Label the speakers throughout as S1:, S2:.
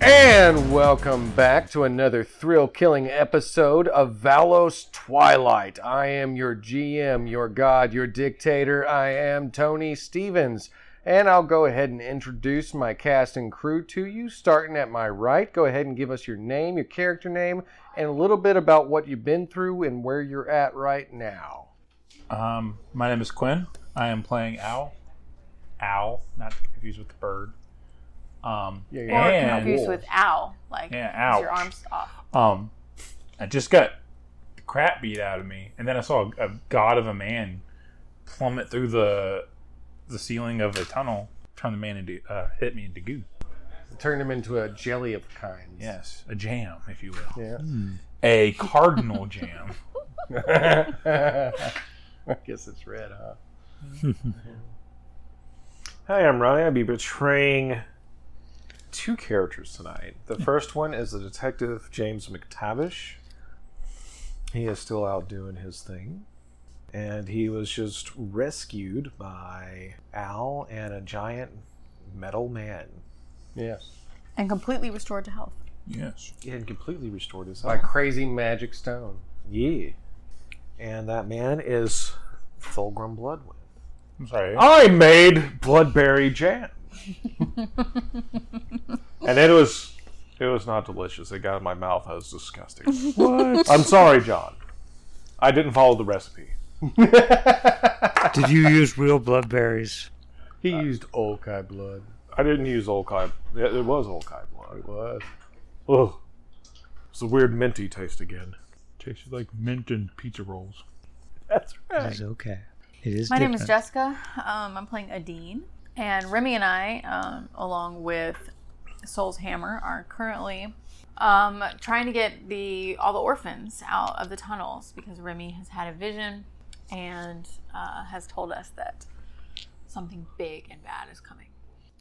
S1: And welcome back to another thrill killing episode of Valos Twilight. I am your GM, your god, your dictator. I am Tony Stevens. And I'll go ahead and introduce my cast and crew to you. Starting at my right, go ahead and give us your name, your character name, and a little bit about what you've been through and where you're at right now.
S2: Um, my name is Quinn. I am playing Owl. Owl, not to be confused with the bird. Um,
S1: Yeah, you're not
S2: and,
S1: confused.
S3: confused with owl. Like,
S2: Yeah,
S3: is your
S2: ouch.
S3: arms off.
S2: um, I just got the crap beat out of me, and then I saw a, a god of a man plummet through the the ceiling of a tunnel, turn the man into uh, hit me into goo.
S1: Turn him into a jelly of kinds.
S2: Yes, Hmm. a jam, if you will,
S1: Yeah.
S2: a cardinal jam.
S1: I guess it's red, huh?
S4: Hi, I'm Ronnie. I'll be portraying two characters tonight. The first one is the detective James McTavish. He is still out doing his thing. And he was just rescued by Al and a giant metal man.
S1: Yes.
S3: And completely restored to health.
S2: Yes,
S4: And completely restored his
S1: By
S4: life.
S1: crazy magic stone.
S4: Yeah. And that man is Fulgrim Bloodwind.
S2: I'm sorry.
S4: I made bloodberry jam. and it was it was not delicious. It got in my mouth. I was disgusting.
S2: What?
S4: I'm sorry, John. I didn't follow the recipe.
S5: Did you use real bloodberries?
S1: He used Okai blood.
S4: I didn't use Olkai. It, it was Olkai blood.
S1: It was.
S4: Ugh. It's a weird minty taste again.
S2: Tasted like mint and pizza rolls.
S4: That's
S5: It is okay. It is.
S3: My name is
S5: different.
S3: Jessica. Um, I'm playing Adine. And Remy and I, um, along with Soul's Hammer, are currently um, trying to get the all the orphans out of the tunnels because Remy has had a vision and uh, has told us that something big and bad is coming.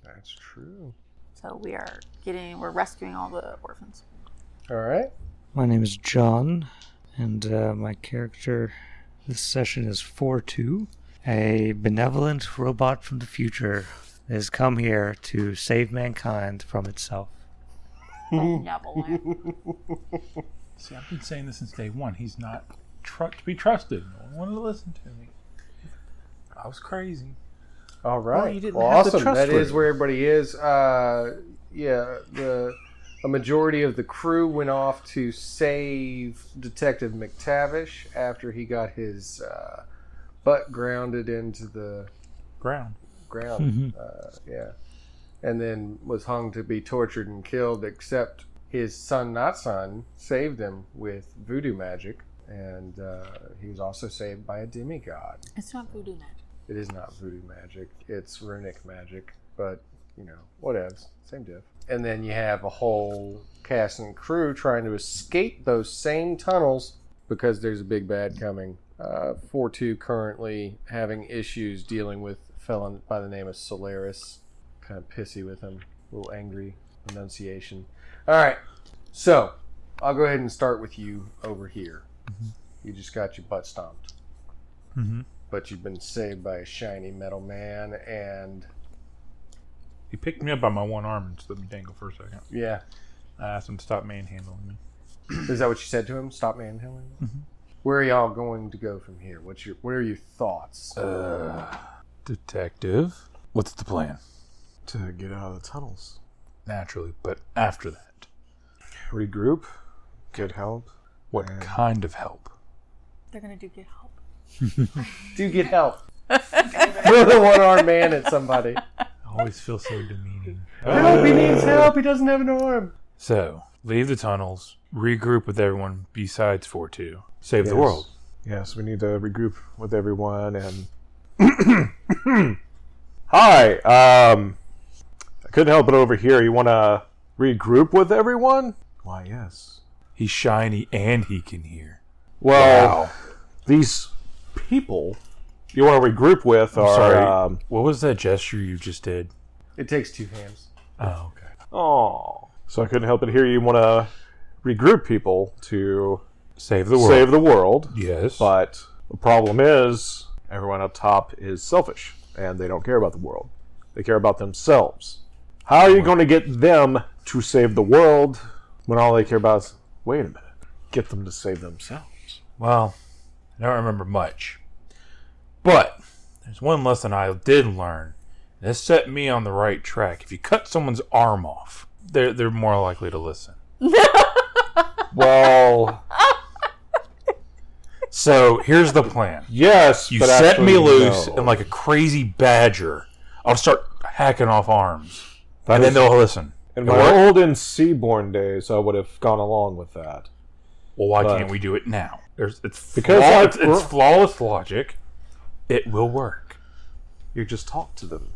S1: That's true.
S3: So we are getting, we're rescuing all the orphans.
S1: All right.
S5: My name is John, and uh, my character this session is Four Two, a benevolent robot from the future that has come here to save mankind from itself.
S3: Benevolent.
S2: See, I've been saying this since day one. He's not tru- to be trusted. No one wanted to listen to me. I was crazy.
S1: All right.
S4: you didn't
S1: Well,
S4: have the
S1: awesome.
S4: trust
S1: That is
S4: room.
S1: where everybody is. Uh, yeah. The a majority of the crew went off to save Detective McTavish after he got his uh, butt grounded into the
S2: Ground.
S1: ground.
S4: Mm-hmm.
S1: uh, yeah. And then was hung to be tortured and killed, except his son, not son, saved him with voodoo magic. And uh, he was also saved by a demigod.
S3: It's not voodoo magic.
S1: It is not voodoo magic, it's runic magic, but you know, whatevs. Same diff. And then you have a whole cast and crew trying to escape those same tunnels because there's a big bad coming. Uh, 4 2 currently having issues dealing with a felon by the name of Solaris. Kind of pissy with him, a little angry pronunciation. All right, so I'll go ahead and start with you over here. You just got your butt stomped
S2: Mm-hmm.
S1: but you've been saved by a shiny metal man and
S2: He picked me up by my one arm and just let me dangle for a second.
S1: yeah
S2: I asked him to stop manhandling me.
S1: is that what you said to him stop manhandling where are y'all going to go from here what's your what are your thoughts
S2: Detective, what's the plan?
S4: To get out of the tunnels,
S2: Naturally, but after that,
S4: regroup, get help.
S2: what kind of help?
S3: They're gonna do get help.
S1: do get help throw the one-armed man at somebody
S2: I always feel so demeaning.
S1: help he needs help he doesn't have an arm
S2: So, leave the tunnels, regroup with everyone besides 4 2. Save the world.
S4: Yes, we need to regroup with everyone and. Hi, um, I couldn't help but over here. You want to regroup with everyone? Why, yes.
S2: He's shiny and he can hear.
S4: Well, these people you want to regroup with are.
S2: Sorry.
S4: Um,
S2: what was that gesture you just did?
S1: it takes two hands
S2: Oh, okay.
S4: oh, so I couldn't help but hear you want to regroup people to
S2: Save the world.
S4: save the world.
S2: Yes.
S4: But the problem is, everyone up top is selfish and they don't care about the world. They care about themselves. How are you going to get them to save the world when all they care about is wait a minute, get them to save themselves.
S2: Well, I don't remember much. But there's one lesson I did learn. This set me on the right track. If you cut someone's arm off, they're, they're more likely to listen.
S4: Well,
S2: So here's the plan.
S4: yes,
S2: You
S4: but
S2: set
S4: actually
S2: me loose,
S4: no.
S2: and like a crazy badger, I'll start hacking off arms.
S4: That
S2: and
S4: is-
S2: then they'll listen.
S4: in
S2: It
S4: my
S2: worked.
S4: old and seaborn days, I would have gone along with that.
S2: Well, why
S4: But-
S2: can't we do it now? There's, it's,
S4: Because
S2: flaw-
S4: I-
S2: it's, it's flawless logic. It will work.
S4: You just talk to them,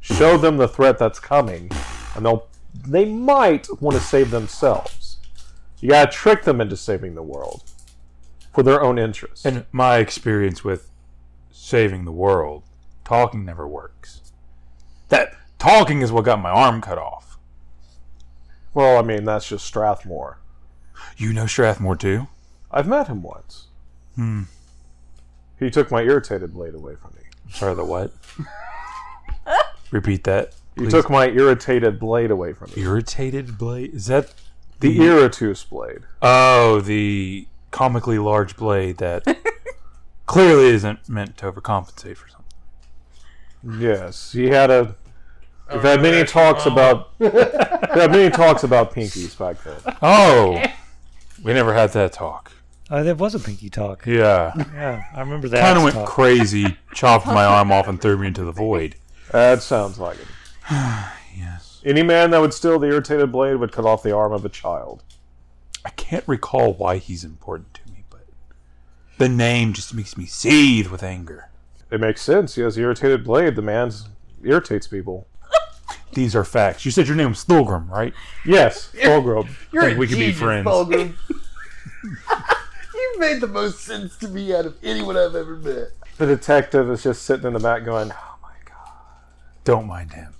S4: show them the threat that's coming, and they'll they might want to save themselves. You gotta trick them into saving the world for their own interest.
S2: And my experience with saving the world, talking never works. That talking is what got my arm cut off.
S4: well, I mean that's just Strathmore.
S2: You know Strathmore too?
S4: I've met him once. Hmm. He took my irritated blade away from me.
S2: Sorry, the what? Repeat that.
S4: He
S2: please.
S4: took my irritated blade away from me.
S2: Irritated blade? Is that
S4: The
S2: Hmm.
S4: Iratus blade.
S2: Oh, the comically large blade that clearly isn't meant to overcompensate for something.
S4: Yes, he had a. We've had many talks about. we've had many talks about pinkies back then.
S2: Oh, we never had that talk.
S5: Oh, there was a pinky talk.
S2: Yeah,
S5: Yeah, I remember that.
S2: kind of went
S5: talk.
S2: crazy, chopped my arm off, and threw me into the void.
S4: That sounds like it. yes. Any man that would steal the irritated blade would cut off the arm of a child.
S2: I can't recall why he's important to me, but the name just makes me seethe with anger.
S4: It makes sense. He has the irritated blade. The man irritates people.
S2: These are facts. You said your name was Thulgrim, right?
S4: Yes, Fulgrim.
S1: You're
S2: Think we could be friends.
S1: Fulgrim. You've made the most sense to me out of anyone I've ever met.
S4: The detective is just sitting in the back going, "Oh my god."
S2: Don't mind him.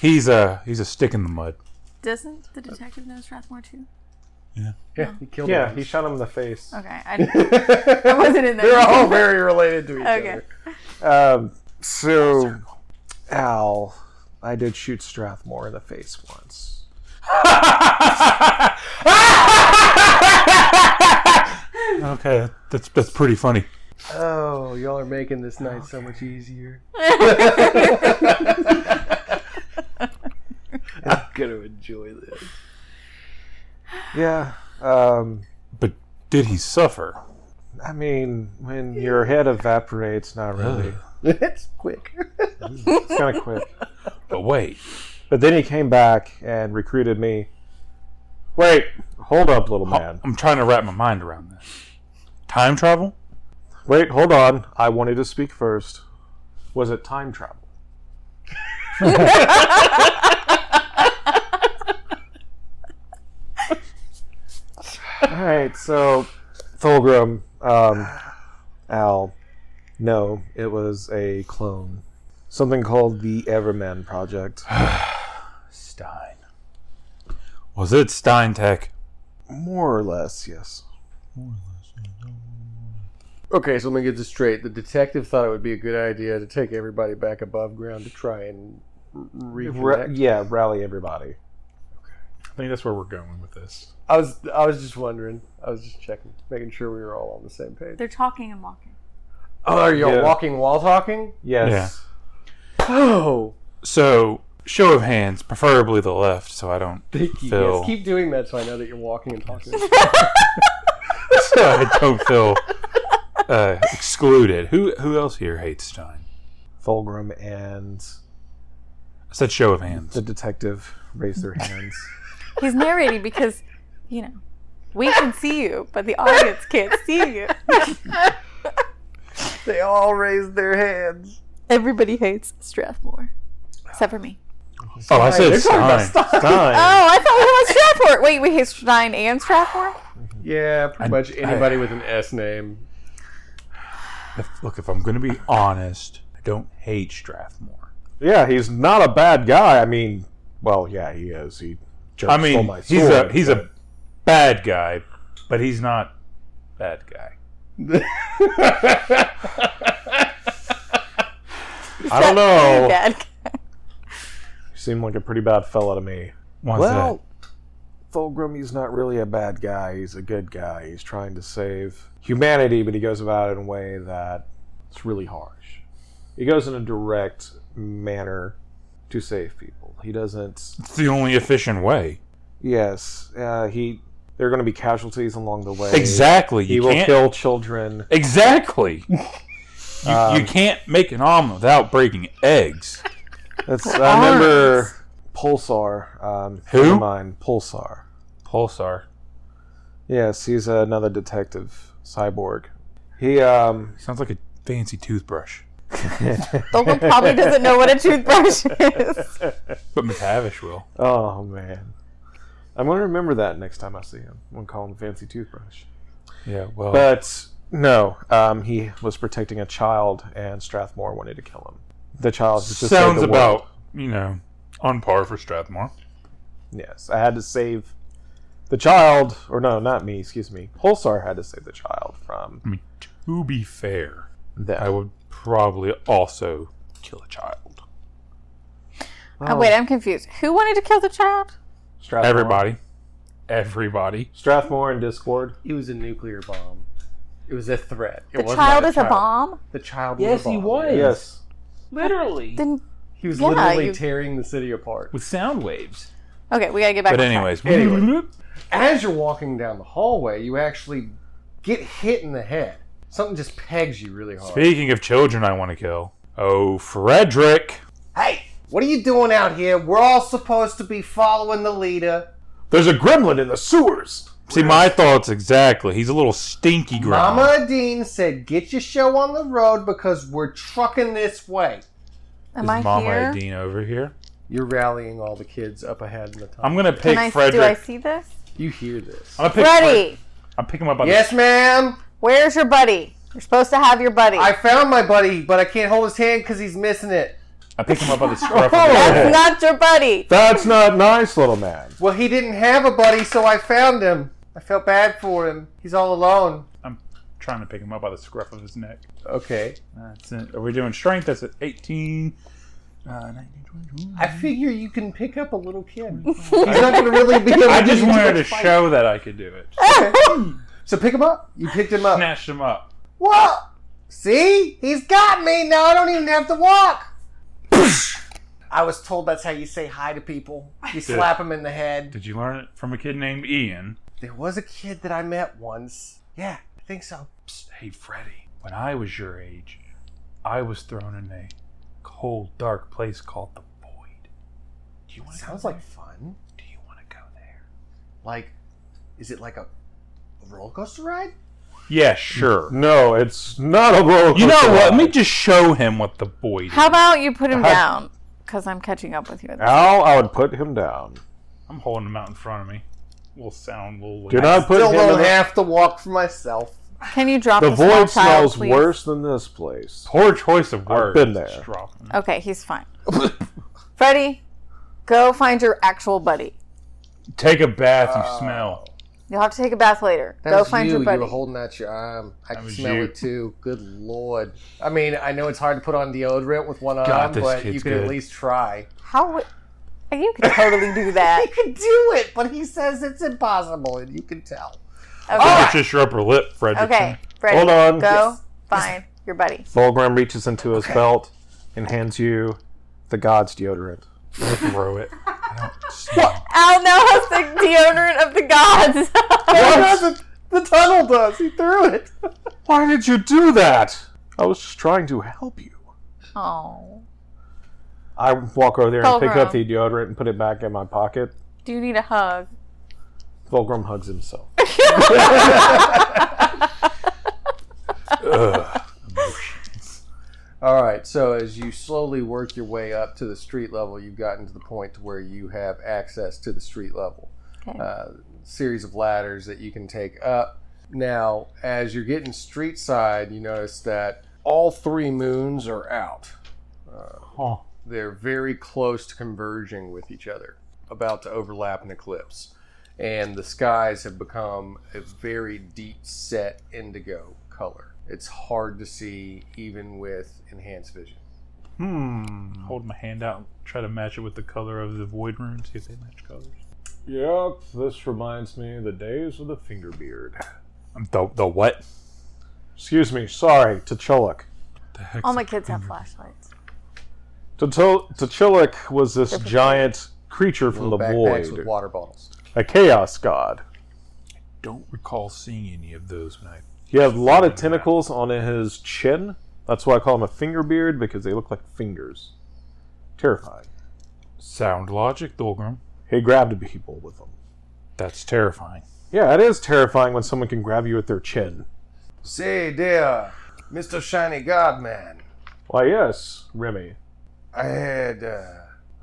S2: He's a he's a stick in the mud.
S3: Doesn't the detective know Strathmore too?
S1: Yeah, he killed
S4: Yeah, he shot him in the face.
S3: Okay, I, I wasn't in there.
S1: They're all Oh, very related to each
S3: Okay.
S1: other.
S4: Um, so, Al, I did shoot Strathmore in the face once.
S2: Okay, that's that's pretty funny.
S1: Oh, y'all are making this night so much easier. I'm gonna enjoy this.
S4: Yeah. Um,
S2: But did he suffer?
S4: I mean, when your head evaporates, not really.
S1: It's quick.
S4: It's kind of quick.
S2: But wait,
S4: But then he came back and recruited me. Wait, hold up, little man.
S2: Oh, I'm trying to wrap my mind around this. Time travel?
S4: Wait, hold on. I wanted to speak first. Was it time travel? All right, so Fulgrim, um, Al, no, it was a clone. Something called the Everman Project.
S2: Stein. Was it Stein Tech?
S4: More or less, yes.
S1: Okay, so let me get this straight. The detective thought it would be a good idea to take everybody back above ground to try and r-
S4: Ra-
S1: reconnect.
S4: yeah, rally everybody.
S2: I think that's where we're going with this.
S1: I was I was just wondering. I was just checking, making sure we were all on the same page.
S3: They're talking and walking.
S1: Oh, are you all
S4: Yeah.
S1: walking while talking?
S4: Yes.
S1: Oh,
S2: So, show of hands, preferably the left, so I don't.
S1: thank you.
S2: Phil.
S1: Yes, keep doing that so I know that you're walking and talking.
S2: so I don't feel uh, excluded. Who who else here hates Stein?
S4: Fulgrim and
S2: I said show of hands.
S4: the detective raised their hands.
S3: He's narrating because, you know, we can see you, but the audience can't see you.
S1: they all raised their hands.
S3: Everybody hates Strathmore, except for me.
S2: Oh, I said
S1: They're talking about
S2: Stein.
S4: Stein.
S3: Oh, I thought we were on Strathmore. Wait, we hate Stein and Strathmore.
S1: Yeah, pretty
S2: I-
S1: much anybody
S2: I-
S1: with an S name.
S2: If- look, if I'm going to be honest, I don't hate Strathmore.
S4: Yeah, he's not a bad guy. I mean, well, yeah, he is. He just
S2: I
S4: stole
S2: mean,
S4: my
S2: he's
S4: sword,
S2: a he's a bad guy, but he's not bad guy.
S4: I don't know.
S3: Bad.
S1: Oh.
S4: You seem like a pretty bad fella to me.
S2: wants
S4: well, Fulgrim's not really a bad guy. He's a good guy. He's trying to save humanity, but he goes about it in a way that it's really harsh. He goes in a direct manner to save people. He doesn't.
S2: that. It's the only efficient way.
S4: Yes, uh, he. There are going to be casualties along the way.
S2: Exactly.
S4: He
S2: You
S4: will
S2: can't,
S4: kill children.
S2: Exactly. you, you
S4: Um,
S2: can't make an omelet without breaking eggs.
S4: That's, I remember Pulsar. Um,
S2: Who?
S4: friend of Mine, Pulsar.
S2: Pulsar.
S4: Yes, he's another detective cyborg. He um
S2: Sounds like a fancy toothbrush.
S3: Thogum probably doesn't know what a toothbrush is.
S2: But McTavish will.
S4: oh man. I'm gonna remember that next time I see him. I'm gonna call him Fancy Toothbrush.
S2: Yeah, well.
S4: But no, um, he was protecting a child and Strathmore wanted to kill him. The child just saved
S2: sounds
S4: the world.
S2: about, you know, on par for Strathmore.
S4: Yes. I had to save the child or no, not me, excuse me. Pulsar had to save the child from
S2: I mean, to be fair,
S4: that.
S2: I would probably also kill a child.
S3: Oh, wait, I'm confused. Who wanted to kill the child?
S4: Strathmore.
S2: Everybody. Everybody.
S4: Strathmore and Discord.
S1: It was a nuclear bomb. It was a threat. It
S3: The
S1: was
S3: child
S1: not
S3: is a bomb?
S1: The child was
S6: Yes,
S1: a bomb.
S6: he was.
S4: Yes.
S6: Literally.
S3: Then
S1: He was
S3: Yeah,
S1: literally
S3: you-
S1: tearing the city apart.
S6: With sound waves.
S3: okay, we gotta get back.
S2: But
S3: on track.
S2: anyways,
S1: Anyway. As you're walking down the hallway, you actually get hit in the head. Something just pegs you really hard.
S2: speaking of children I want to kill. Oh, Frederick.
S1: Hey, what are you doing out here? We're all supposed to be following the leader.
S2: There's a gremlin in the sewers. See, my thoughts exactly. He's a little stinky gremlin.
S1: Mama Dean said, "Get your show on the road because we're trucking this way."
S3: am
S2: Is
S3: I
S2: Mama
S3: here?
S2: Adine over here?
S1: You're rallying all the kids up ahead in the tunnel.
S2: I'm gonna
S3: Can
S2: pick
S3: I, do I
S2: Frederick.
S3: see this?
S1: You hear this?
S2: I am gonna pick. Fred-
S3: Buddy,
S2: I'm picking him up by the.
S1: Yes, ma'am.
S3: where's your buddy? You're supposed to have your buddy.
S1: I found my buddy, but I can't hold his hand because he's missing it.
S2: I pick him up by the scruff.
S1: Oh,
S2: of his-
S3: That's not your buddy.
S4: That's not nice, little man.
S1: Well, he didn't have a buddy, so I found him. I felt bad for him. He's all alone.
S2: I'm trying to pick him up by the scruff of his neck.
S1: Okay.
S2: That's it. Are we doing strength? That's at 18. Uh, 19, 20, 20.
S1: I figure you can pick up a little kid. He's not going to really be able to
S2: I just
S1: do
S2: wanted
S1: much
S2: to
S1: fight.
S2: show that I could do it.
S1: Ah! So pick him up. You picked him up.
S2: Snatched him up.
S1: Whoa! See? He's got me. Now I don't even have to walk. I was told that's how you say hi to people. You slap them in the head.
S2: Did you learn it from a kid named Ian?
S1: There was a kid that I met once. Yeah, I think so.
S2: Psst, hey, Freddy. When I was your age, I was thrown in a cold, dark place called the Void. Do you want to go
S1: Sounds
S2: there?
S1: like fun.
S2: Do you want to go there?
S1: Like, is it like a, a roller coaster ride?
S2: Yeah, sure.
S4: No, it's not a roller
S2: You know
S4: coaster
S2: what? Let me
S4: ride.
S2: just show him what the Void is.
S3: How about you put him
S4: I-
S3: down? Because I'm catching up with you. at this-
S4: Al, I would put him down.
S2: I'm holding him out in front of me. Little sound, little.
S4: Do not put
S1: Still
S4: him in
S1: don't
S4: the,
S1: have to walk for myf.
S3: Can you drop
S4: the
S3: the small
S4: void
S3: child,
S4: smells
S3: please?
S4: worse than this place.
S2: Poor choice of words.
S4: been there.
S2: Just drop him.
S3: Okay, he's fine. Freddy, go find your actual buddy.
S2: Take a bath.
S3: Oh.
S2: You smell.
S3: You'll have to take a bath later. go find
S1: you.
S3: your buddy.
S1: You were holding out your arm. I can
S2: was
S1: smell
S2: you.
S1: it too. Good lord. I mean, I know it's hard to put on deodorant with one arm,
S2: this
S1: but
S2: kid's
S1: you can
S2: good.
S1: at least try.
S3: How? w- You could totally do that.
S1: I could do it, but he says it's impossible, and you can tell.
S3: Okay,
S4: Ah!
S2: It's just your upper lip, Frederick.
S3: okay. Freddy,
S4: Hold on.
S3: Go find your buddy.
S4: Volgrim reaches into his belt and hands you the god's deodorant.
S2: Throw it. I don't smell.
S3: Al now has the deodorant of the gods.
S4: What?
S1: The tunnel does. He threw it.
S4: Why did you do that? I was just trying to help you.
S3: oh.
S4: I walk over there and pick
S3: Volgrim.
S4: up the deodorant and put it back in my pocket.
S3: Do you need a hug?
S4: Volgrim hugs himself.
S2: Ugh.
S1: All right. So as you slowly work your way up to the street level, you've gotten to the point to where you have access to the street level.
S3: Okay.
S1: Uh, series of ladders that you can take up. Now, as you're getting street side, you notice that all three moons are out. Uh,
S2: Huh.
S1: they're very close to converging with each other, about to overlap an eclipse. And the skies have become a very deep set indigo color. It's hard to see even with enhanced vision.
S4: Hmm.
S2: Hold my hand out, try to match it with the color of the void rune, see if they match colors.
S4: Yep, this reminds me of the days of the finger beard.
S2: Um, The, the what?
S4: Excuse me, sorry, T'Chullik.
S2: The heck?
S3: All my kids have flashlights.
S4: T'Chul- T'Chullik was this giant creature from the
S1: Little backpacks
S4: void,
S1: with water bottles.
S4: a chaos god.
S2: don't recall seeing any of those when I.
S4: He had a lot of tentacles on his chin. That's why I call him a finger beard because they look like fingers. Terrifying.
S2: Sound logic, Dolgrim.
S4: He grabbed people with them.
S2: That's terrifying.
S4: Yeah, it is terrifying when someone can grab you with their chin.
S1: Say there, Mr. Shiny Godman.
S4: Why, yes, Remy.
S1: I had, uh,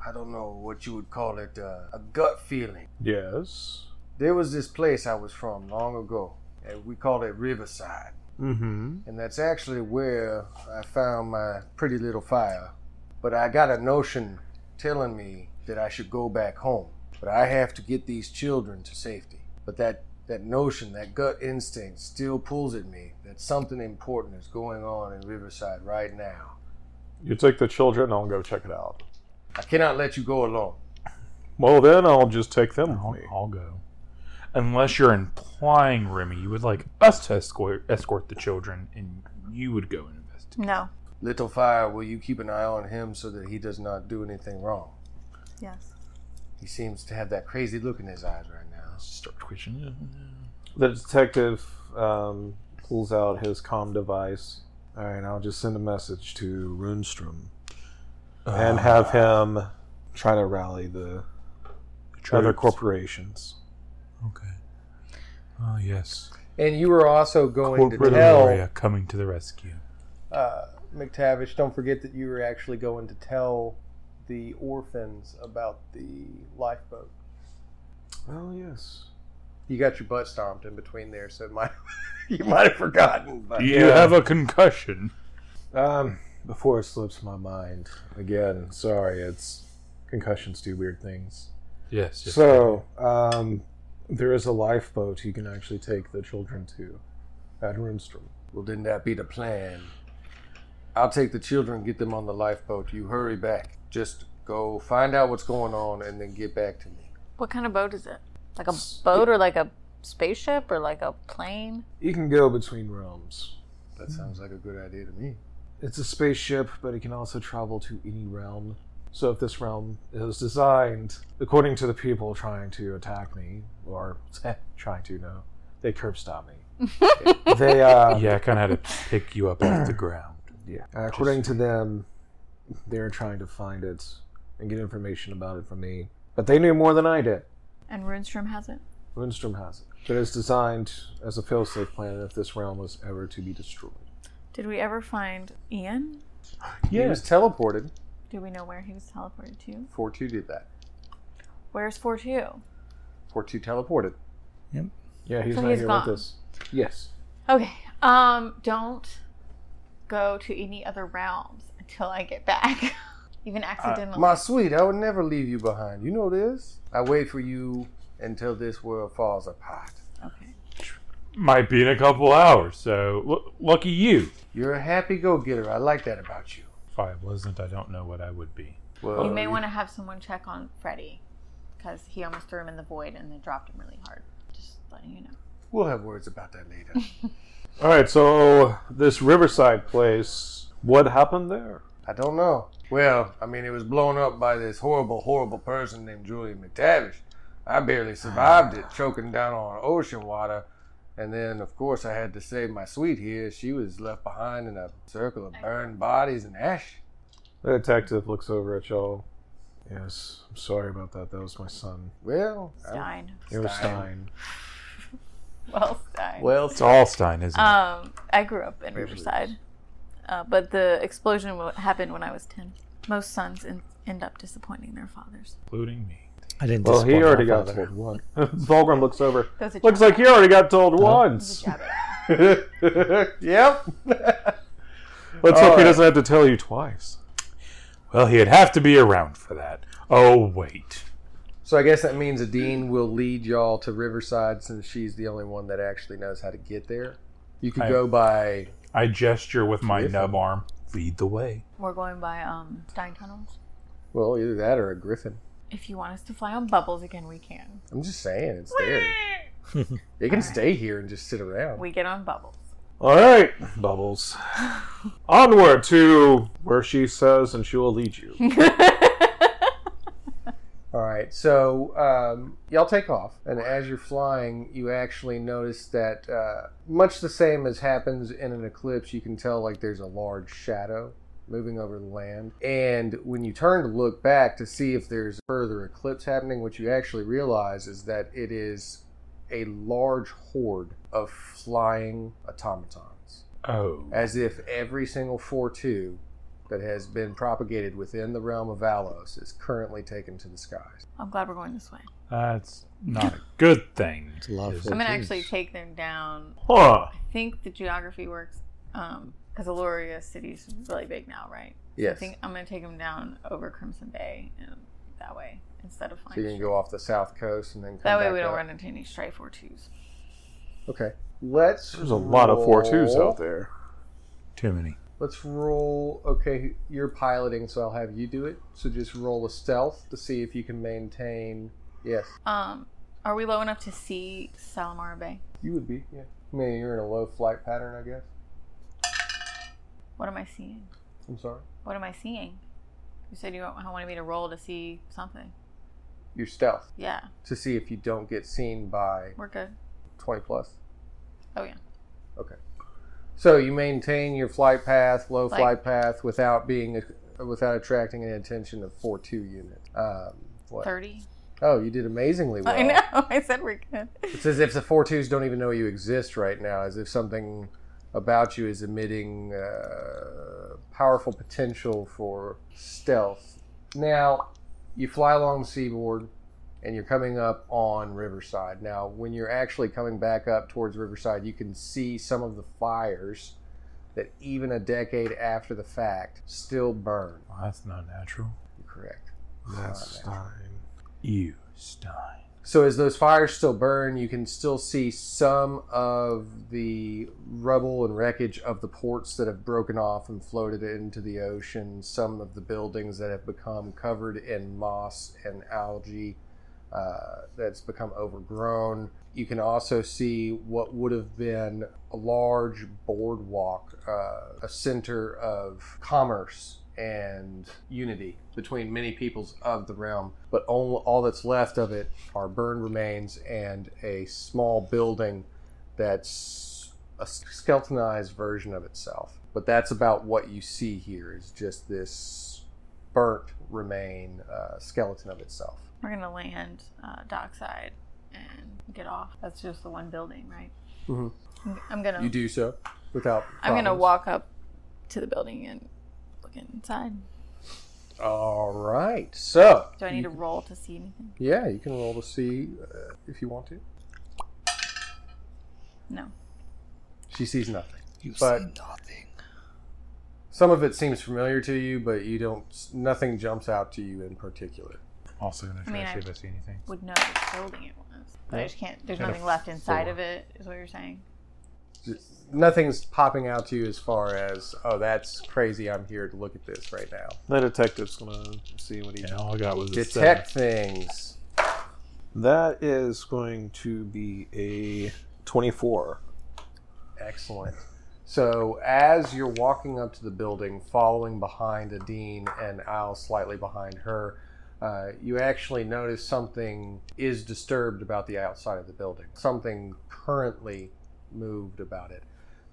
S1: I don't know what you would call it, uh, a gut feeling.
S4: Yes.
S1: There was this place I was from long ago, and we called it Riverside.
S4: Mm-hmm.
S1: And that's actually where I found my pretty little fire. But I got a notion telling me that I should go back home. But I have to get these children to safety. But that, that notion, that gut instinct, still pulls at me that something important is going on in Riverside right now.
S4: You take the children, I'll go check it out.
S1: I cannot let you go alone.
S4: Well, then I'll just take them
S2: I'll,
S4: with me.
S2: I'll go. Unless you're implying, Remy, you would like us to escort, escort the children and you would go and investigate.
S3: No.
S1: Little Fire, will you keep an eye on him so that he does not do anything wrong?
S3: Yes.
S1: He seems to have that crazy look in his eyes right now.
S2: Start twitching.
S4: The detective um, pulls out his comm device. All right, I'll just send a message to Runstrom and have him try to rally the other
S2: Troops.
S4: corporations.
S2: Okay. Oh, yes.
S1: And you were also going
S2: Corporate
S1: to tell
S2: Gloria coming to the rescue.
S1: uh, McTavish. Don't forget that you were actually going to tell the orphans about the lifeboat.
S4: Well, yes.
S1: You got your butt stomped in between there, so it might you might have forgotten. But
S2: You have a concussion.
S4: Um, before it slips my mind again. Sorry, it's concussions do weird things.
S2: Yes. yes.
S4: So, um, there is a lifeboat you can actually take the children to at Runstrom.
S1: well, didn't that be the plan? I'll take the children, get them on the lifeboat. You hurry back. Just go find out what's going on, and then get back to me.
S3: What kind of boat is it? Like a boat or like a spaceship or like a plane?
S4: You can go between realms.
S1: That sounds like a good idea to me.
S4: It's a spaceship, but it can also travel to any realm. So if this realm is designed according to the people trying to attack me, or trying to, no, they curb stop me. they, uh,
S2: yeah, I kind of had to pick you up off the ground.
S4: yeah. Uh, according to them, they're trying to find it and get information about it from me. But they knew more than I did.
S3: And Runestrom has it.
S4: Lindstrom has it. But it's designed as a failsafe plan if this realm was ever to be destroyed.
S3: Did we ever find Ian?
S1: He was teleported.
S3: Do we know where he was teleported to?
S1: Fortu did that.
S3: Where's 4-2?
S1: Fortu teleported.
S4: Yeah, he's
S3: So
S4: not
S3: he's
S4: here
S3: gone.
S4: with us. Yes.
S3: Okay. Um, don't go to any other realms until I get back. Even accidentally.
S1: My sweet, I would never leave you behind. You know this. I wait for you until this world falls apart.
S3: okay.
S2: Might be in a couple hours, so l- lucky you.
S1: You're a happy go getter. I like that about you.
S2: If I wasn't, I don't know what I would be.
S1: Well,
S3: you may want to have someone check on Freddy because he almost threw him in the void and they dropped him really hard. Just letting you know.
S1: we'll have words about that later.
S4: All right, so this Riverside place, what happened there?
S1: I don't know. Well, I mean, it was blown up by this horrible, horrible person named Julian McTavish. I barely survived it, choking down on ocean water. And then, of course, I had to save my sweet here. She was left behind in a circle of burned bodies and ash.
S4: The detective looks over at y'all. Yes, I'm sorry about that. That was my son.
S1: Well, I'm-
S3: Stein.
S4: It was
S1: Stein.
S4: Stein.
S3: Well, Stein.
S1: well,
S2: It's all Stein, isn't it?
S3: Um, I grew up in Riverside, uh, but the explosion wa- happened when I was 10. Most sons in- end up disappointing their fathers.
S2: Including me.
S5: I didn't.
S4: Well, he
S5: disappoint my
S4: already got
S5: father.
S4: told one. Volgrim looks over.
S3: That was a
S4: Looks
S3: jab.
S4: like he already got told once.
S3: Jab it.
S1: yep.
S4: Let's
S1: All
S4: hope
S1: right.
S4: he doesn't have to tell you twice.
S2: Well, he'd have to be around for that. Oh, wait.
S1: So I guess that means Adine will lead y'all to Riverside since she's the only one that actually knows how to get there. You could
S2: I-
S1: go by
S2: I gesture with my
S1: Terrific.
S2: nub arm. Lead the way.
S3: We're going by um, Stein Tunnels.
S1: Well, either that or a griffin.
S3: If you want us to fly on bubbles again, we can.
S1: I'm just saying, it's there. They can stay here and just sit around.
S3: We get on bubbles.
S4: All right, Bubbles. Onward to where she says, and she will lead you.
S1: All right, so um, y'all take off, and as you're flying, you actually notice that uh, much the same as happens in an eclipse, you can tell like there's a large shadow moving over the land. And when you turn to look back to see if there's further eclipse happening, what you actually realize is that it is a large horde of flying automatons,
S2: Oh.
S1: as if every single 4 2 that has been propagated within the realm of Valos is currently taken to the skies.
S3: I'm glad we're going this way.
S2: That's not a good thing.
S5: It's a lot
S2: is
S5: of
S2: it?
S3: I'm gonna
S5: geez.
S3: actually take them down.
S4: Huh.
S3: I think the geography works because Aluria City's really big now, right? I
S1: Yes.
S3: think I'm gonna take them down over Crimson Bay and that way instead of
S1: So you can
S3: flying.
S1: go off the south coast and then come
S3: that way
S1: back
S3: we don't
S1: up.
S3: run into any stray four twos.
S1: Okay. Let's.
S4: There's a lot of four twos
S1: roll-
S4: out there.
S2: Too many.
S1: Let's roll. Okay, you're piloting, so I'll have you do it. So just roll a stealth to see if you can maintain. Yes,
S3: Um, are we low enough to see Salamara Bay?
S1: you would be. Yeah. I mean, you're in a low flight pattern, I guess.
S3: What am I seeing?
S1: I'm sorry.
S3: What am I seeing? You said you don't- I wanted me to roll to see something.
S1: Your stealth
S3: Yeah,
S1: to see if you don't get seen by
S3: we're good.
S1: 20 plus.
S3: Oh yeah.
S1: So you maintain your flight path, low
S3: Like-
S1: flight path, without being without attracting an attention of four two units. Um, what?
S3: Thirty.
S1: Oh, you did amazingly well.
S3: I know. I said we're good.
S1: It's as if the four twos don't even know you exist right now. As if something about you is emitting uh, powerful potential for stealth. Now, you fly along the seaboard, and you're coming up on Riverside. Now, when you're actually coming back up towards Riverside, you can see some of the fires that even a decade after the fact still burn.
S2: Well, that's not natural.
S1: You're correct.
S4: That's fine.
S2: You, Stein.
S1: So as those fires still burn, you can still see some of the rubble and wreckage of the ports that have broken off and floated into the ocean, some of the buildings that have become covered in moss and algae uh, that's become overgrown. You can also see what would have been a large boardwalk, uh, a center of commerce and unity between many peoples of the realm. But all, all that's left of it are burned remains and a small building that's a skeletonized version of itself. But that's about what you see here is just this burnt remain uh, skeleton of itself.
S3: We're gonna land uh, dockside and get off. That's just the one building, right?
S1: Mhm.
S3: I'm- I'm gonna.
S1: You do so without.
S3: I'm gonna
S1: problems.
S3: walk up to the building and look inside.
S1: All right. So.
S3: Do I need
S1: you-
S3: to roll to see anything?
S1: Yeah, you can roll to see uh, if you want to.
S3: No.
S1: She sees nothing.
S5: You
S1: but-
S5: see nothing.
S1: Some of it seems familiar to you, but you don't. Nothing jumps out to you in particular.
S2: Also gonna try
S3: mean,
S2: to see
S3: I-
S2: if I see anything.
S3: Would know which building it was, but I just can't. There's
S2: Had a
S3: nothing left inside
S2: four.
S3: of it. Is what you're saying?
S1: Nothing's popping out to you as far as, oh, that's crazy. I'm here to look at this right now.
S4: The detective's gonna see what he.
S2: Yeah, all I got was a
S1: Detect things.
S4: That is going to be a twenty-four.
S1: Excellent. So as you're walking up to the building, following behind Adine and Al slightly behind her, uh, you actually notice something is disturbed about the outside of the building. Something currently moved about it.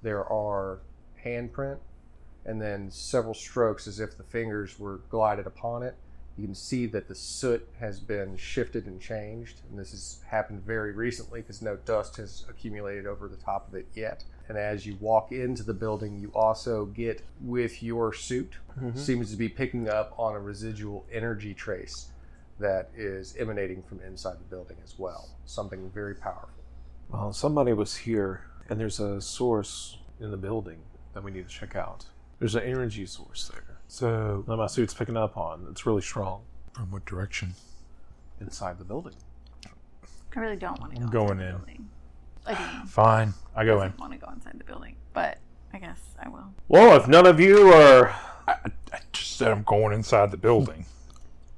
S1: There are handprint and then several strokes as if the fingers were glided upon it. You can see that the soot has been shifted and changed, and this has happened very recently because no dust has accumulated over the top of it yet. And as you walk into the building, you also get with your suit seems to be picking up on a residual energy trace that is emanating from inside the building as well. Something very powerful.
S4: Well, somebody was here, and there's a source in the building that we need to check out. There's an energy source there
S2: So,
S4: that my suit's picking up on. It's really strong
S2: from what direction?
S4: inside the building.
S3: I really don't want to.
S2: I'm
S3: go
S2: going
S3: inside the
S2: in.
S3: building. I do
S2: Fine, I go in.
S3: not want to go inside the building, but I guess I will.
S4: Well, if none of you are.
S2: I just said I'm going inside the building.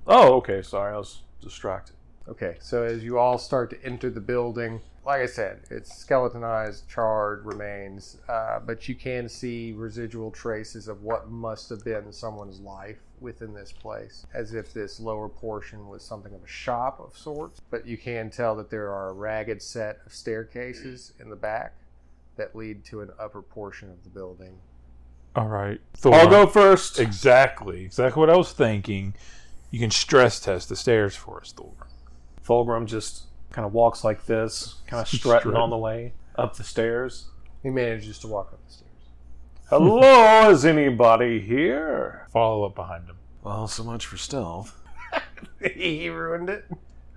S4: Oh, okay. Sorry, I was distracted.
S1: Okay, so as you all start to enter the building, like I said, it's skeletonized, charred remains, uh, but you can see residual traces of what must have been someone's life within this place, as if this lower portion was something of a shop of sorts. But you can tell that there are a ragged set of staircases in the back that lead to an upper portion of the building.
S2: All right.
S4: I'll go first.
S2: Exactly. Exactly what I was thinking. You can stress test the stairs for us, Thor.
S4: Fulgrim just kind of walks like this, kind of strutting
S2: Strut.
S4: on the way up the stairs.
S1: He manages to walk up the stairs.
S4: Hello, is anybody here?
S2: Follow up behind him.
S4: Well, so much for stealth.
S1: he ruined it.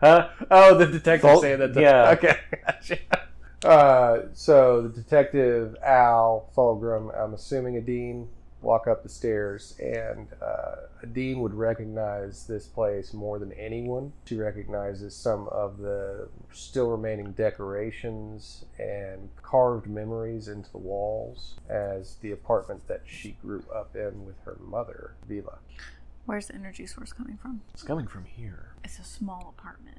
S4: Huh?
S1: Oh, the detective
S4: Fol-
S1: saying that. the-
S4: yeah.
S1: Okay. Gotcha. Uh, so the detective Al Fulgrim, I'm assuming Adine, walk up the stairs, and uh, Adine would recognize this place more than anyone. She recognizes some of the still remaining decorations and carved memories into the walls as the apartment that she grew up in with her mother, Vila.
S3: Where's the energy source coming from?
S4: It's coming from here.
S3: It's a small apartment.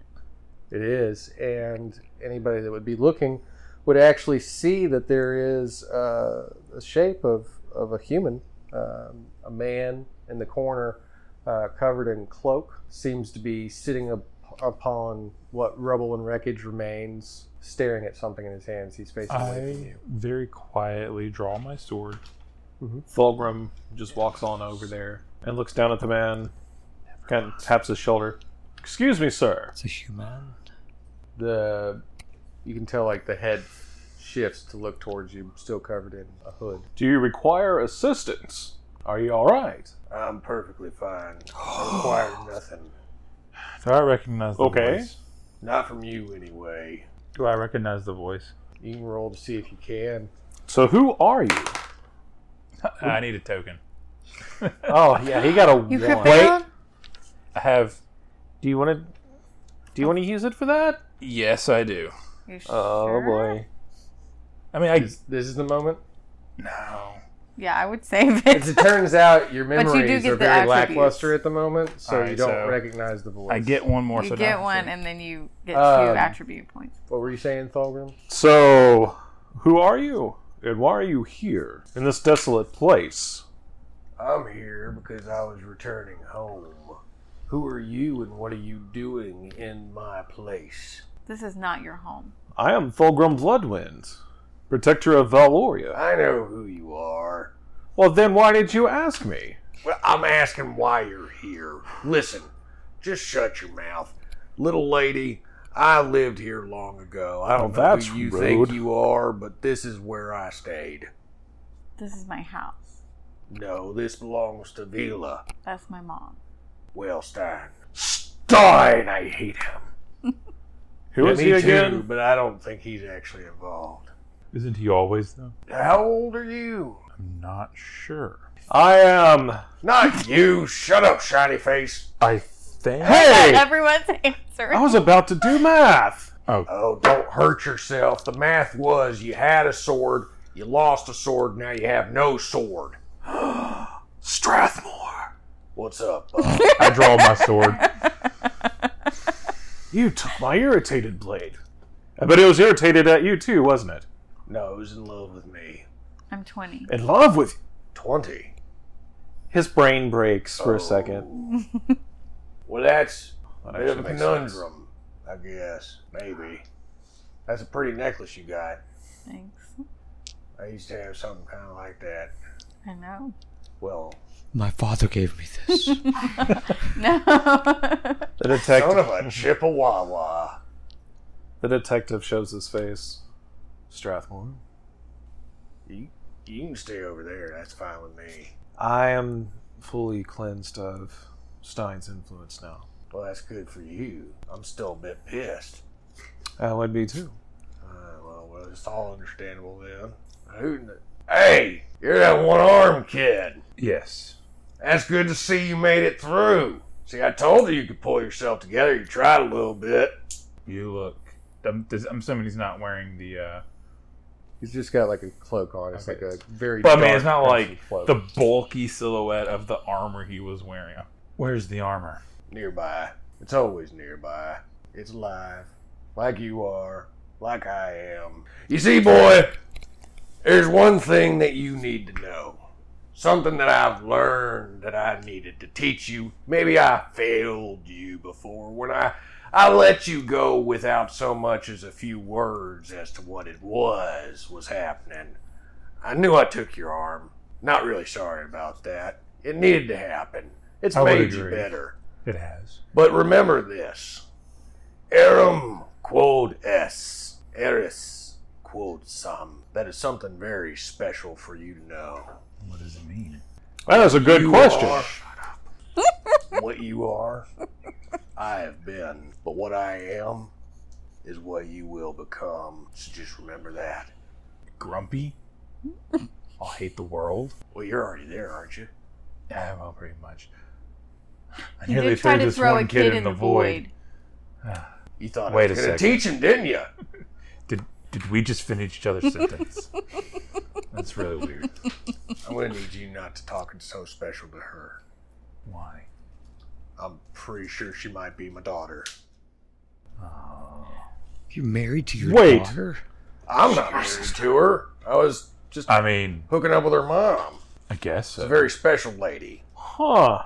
S1: It is, and anybody that would be looking would actually see that there is uh, a shape of, of a human, um, a man in the corner, uh, covered in cloak, seems to be sitting up upon what rubble and wreckage remains, staring at something in his hands. He's facing away from
S2: I
S1: you.
S2: very quietly draw my sword.
S4: Fulgrim just walks on over there and looks down at the man, kind of taps his shoulder. Excuse me, sir.
S5: It's a human.
S1: The you can tell like the head shifts to look towards you, still covered in a hood.
S4: Do you require assistance? Are you all right?
S1: I'm perfectly fine. I require nothing.
S2: Do I recognize the
S4: Okay.
S2: voice?
S1: Not from you anyway.
S2: Do I recognize the voice?
S1: You can roll to see if you can.
S4: So who are you?
S2: I need a token.
S4: Oh yeah, he got a
S3: You
S4: one.
S3: Krypton?
S2: I have.
S4: do you want to? Do you want to use it for that?
S2: Yes, I do.
S3: You
S4: Oh
S3: sure?
S4: boy.
S2: I mean, I.
S1: This is the moment.
S2: No.
S3: Yeah, I would save
S1: As
S3: it.
S1: it turns out, your
S3: But you do
S1: memories
S3: get
S1: are
S3: the
S1: very
S3: attributes.
S1: lackluster at the moment, so
S2: Alright,
S1: you don't
S2: so
S1: recognize the voice.
S2: I get one more.
S3: you
S2: so
S3: get
S2: now-
S3: one, and then you get
S1: Um,
S3: two attribute points.
S1: What were you saying, Thulgrim?
S4: So who are you, and why are you here in this desolate place?
S1: I'm here because I was returning home. Who are you and what are you doing in my place?
S3: This is not your home.
S4: I am Fulgrim Bloodwind, protector of Valoria.
S1: I know who you are.
S4: Well, then why did you ask me?
S1: Well, I'm asking why you're here. Listen, just shut your mouth. Little lady, I lived here long ago. I don't
S4: Well,
S1: know
S4: that's
S1: who you
S4: rude.
S1: think you are, but this is where I stayed.
S3: This is my house.
S1: No, this belongs to Vila.
S3: That's my mom.
S1: Well, Stein. Stein! I hate him.
S4: Who is he again?
S1: but I don't think he's actually involved.
S2: Isn't he always though?
S1: How old are you?
S2: I'm not sure.
S4: I am.
S1: Not you! Shut up, shiny face!
S2: I think.
S3: Not
S4: Hey,
S3: everyone's answer.
S4: I was about to do math.
S2: Oh,
S1: Oh, don't hurt yourself. The math was you had a sword, you lost a sword, now you have no sword.
S4: Strathmore,
S1: What's up, bud?
S2: I draw my sword.
S4: you took my irritated blade. But it was irritated at you too, wasn't it?
S1: no, he's in love with me.
S3: I'm 20.
S4: In love with.
S1: Twenty. Oh,
S4: His brain breaks for a second.
S1: Well, that's
S4: That
S1: a bit of a
S4: actually makes sense.
S1: conundrum, I guess. Maybe. That's a pretty necklace you got.
S3: Thanks.
S1: I used to have something kind of like that.
S3: I know.
S1: Well,
S5: My father gave me this.
S3: No.
S4: The detective.
S1: son of a Chippewa.
S4: The detective shows his face. Strathmore.
S1: You, you can stay over there. That's fine with me.
S4: I am fully cleansed of Stein's influence now.
S1: Well, that's good for you. I'm still a bit pissed.
S4: I would be too.
S1: Uh, well, well, it's all understandable then. Who? kn- Hey, you're that one-armed kid.
S2: Yes.
S1: That's good to see you made it through. See, I told you you could pull yourself together. You tried a little bit.
S2: You look. I'm, does- I'm assuming he's not wearing the uh,
S7: He's just got like a cloak on. It's
S2: Okay.
S7: like a very.
S2: But I mean, it's
S7: dark
S2: not
S7: crimson
S2: like
S7: cloak.
S2: the bulky silhouette of the armor he was wearing. Where's the armor?
S7: nearby. It's always nearby. It's alive, like you are, like I am. You see, boy, there's one thing that you need to know. Something that I've learned that I needed to teach you. Maybe I failed you before when I I let you go without so much as a few words as to what it was was happening. I knew I took your arm. Not really sorry about that. It needed to happen. It's
S2: I would
S7: made you
S2: agree.
S7: better.
S2: It has.
S7: But remember this Erum quod es, eris quod sum. That is something very special for you to know.
S2: What does it mean?
S4: That is a good
S7: You
S4: question.
S7: are- what you are, I have been. But what I am is what you will become. So just remember that.
S2: Grumpy? I'll hate the world?
S7: Well, you're already there, aren't you?
S2: Yeah, well, pretty much. I
S3: He did try to throw a kid, in, the void.
S7: You thought
S2: Wait
S7: I was
S2: a second.
S7: going to teach him, didn't you?
S2: Did, did we just finish each other's sentence? That's really weird.
S7: I'm going to need you not to talk so special to her.
S2: Why?
S7: I'm pretty sure she might be my daughter.
S5: Oh. You're married to your
S4: Wait.
S5: daughter?
S7: I'm not married to her. I was just
S2: I mean,
S7: hooking up with her mom.
S2: I guess uh, so.
S7: It's a very special lady.
S4: Huh.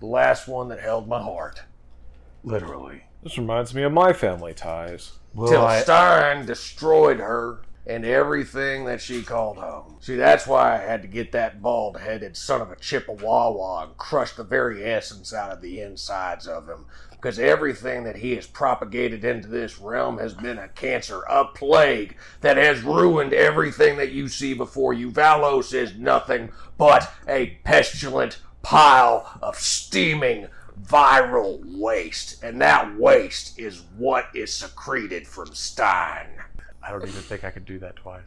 S7: The last one that held my heart.
S2: literally.
S4: This reminds me of my family ties.
S2: Will
S7: Till
S2: I-
S7: Stein destroyed her and everything that she called home. See, that's why I had to get that bald headed son of a Chippewa and crush the very essence out of the insides of him. Because everything that he has propagated into this realm has been a cancer, a plague that has ruined everything that you see before you. Valos is nothing but a pestilent pile of steaming viral waste, and that waste is what is secreted from Stein.
S8: I don't even think I could do that twice.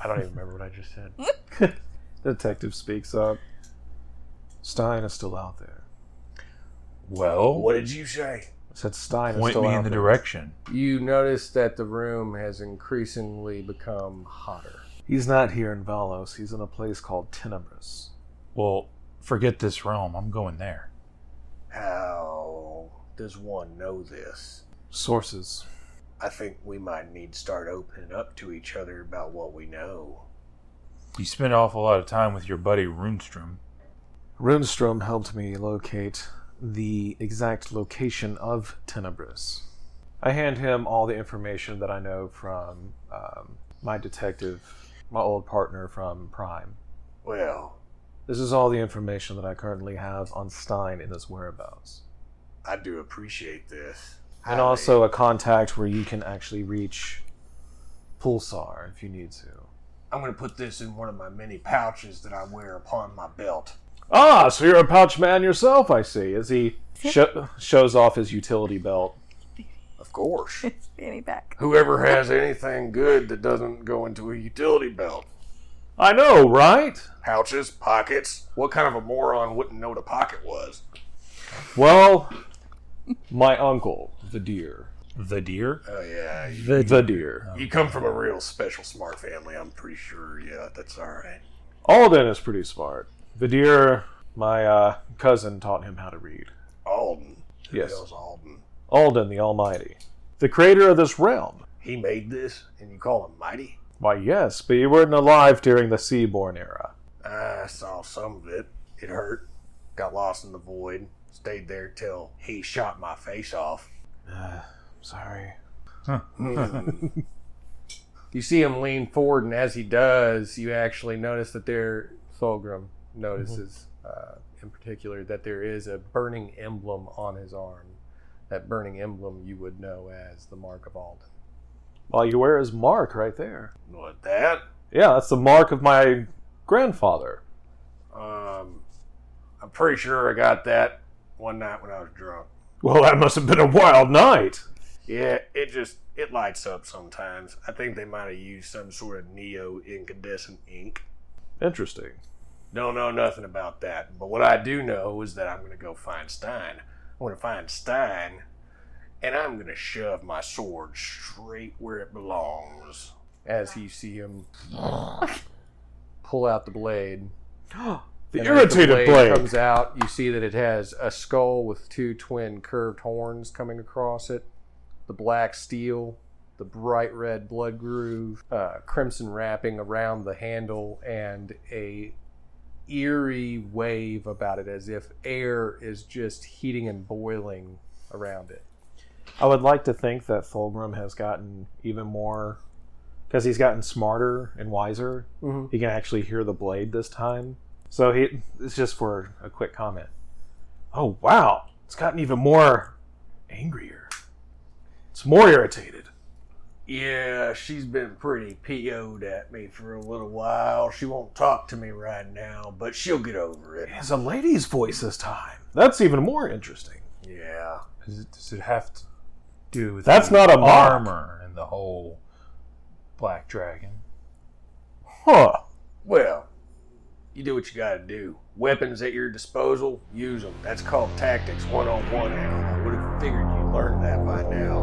S8: I don't even remember what I just said.
S4: Detective speaks up. Stein is still out there.
S2: well,
S7: What did you say?
S4: I said Stein is
S2: point
S4: still
S2: me
S4: out
S2: in the
S4: there.
S2: direction.
S7: You notice that the room has increasingly become hotter.
S4: He's not here in Valos. He's in a place called Tenebris.
S2: Well, forget this realm. I'm going there.
S7: How does one know this?
S4: Sources.
S7: I think we might need to start opening up to each other about what we know.
S2: You spend an awful lot of time with your buddy Runestrom.
S4: Runestrom helped me locate the exact location of Tenebris. I hand him all the information that I know from um, my detective, my old partner from Prime.
S7: Well,
S4: This is all the information that I currently have on Stein and his whereabouts.
S7: I do appreciate this.
S4: and
S7: Highly.
S4: also a contact where you can actually reach Pulsar if you need to.
S7: I'm going to put this in one of my many pouches that I wear upon my belt.
S4: Ah, so you're a pouch man yourself, I see. As he sho- shows off his utility belt.
S7: Of course.
S3: It's Fanny back.
S7: Whoever has anything good that doesn't go into a utility belt.
S4: I know, right?
S7: Pouches, pockets. What kind of a moron wouldn't know what a pocket was?
S4: Well, my uncle, the deer,
S2: The deer? Uh,
S7: Oh, yeah. You,
S4: the, the deer.
S7: you come from a real special smart family, I'm pretty sure. Yeah, that's all right.
S4: Alden is pretty smart. The deer, my uh, cousin, taught him how to read.
S7: Alden. Who
S4: Yes.
S7: the hell's Alden?
S4: Alden the Almighty, the creator of this realm.
S7: He made this, and you call him mighty?
S4: Why, yes, but you weren't alive during the Seaborn era.
S7: I saw some of it. It hurt. Got lost in the void. Stayed there till he shot my face off.
S4: Sorry.
S7: You see him lean forward, and as he does, you actually notice that there, Solgrim notices uh, in particular that there is a burning emblem on his arm. That burning emblem you would know as the Mark of Alden.
S4: While you wear his mark right there.
S7: What that?
S4: Yeah, that's the mark of my grandfather.
S7: Um, I'm pretty sure I got that one night when I was drunk.
S4: Well, that must have been a wild night.
S7: Yeah, it just it lights up sometimes. I think they might have used some sort of neo incandescent ink.
S4: Interesting.
S7: Don't know nothing about that. But what I do know is that I'm going to go find Stein. I'm going to find Stein, and I'm going to shove my sword straight where it belongs.
S1: as you see him pull out the blade.
S4: The
S1: And as
S4: irritated blade.
S1: comes out. You see that it has a skull with two twin curved horns coming across it. The black steel, the bright red blood groove, uh, crimson wrapping around the handle, and a eerie wave about it, as if air is just heating and boiling around it.
S4: I would like to think that Fulgrim has gotten even more because he's gotten smarter and wiser.
S1: Mhm.
S4: He can actually hear the blade this time. So he it's just for a quick comment. Oh wow, it's gotten even more angrier. It's more irritated.
S1: Yeah, she's been pretty PO'd at me for a little while. She won't talk to me right now, but she'll get over it.
S4: It has a lady's voice this time. That's even more interesting.
S1: Yeah.
S2: Does it, does it have to do with
S4: That's
S2: the
S4: not a mock.
S2: armor and the whole black dragon?
S4: Huh.
S1: Well, you do what you gotta do. Weapons at your disposal, use them. That's called tactics one on one, Alan. I would have figured you learned that by now.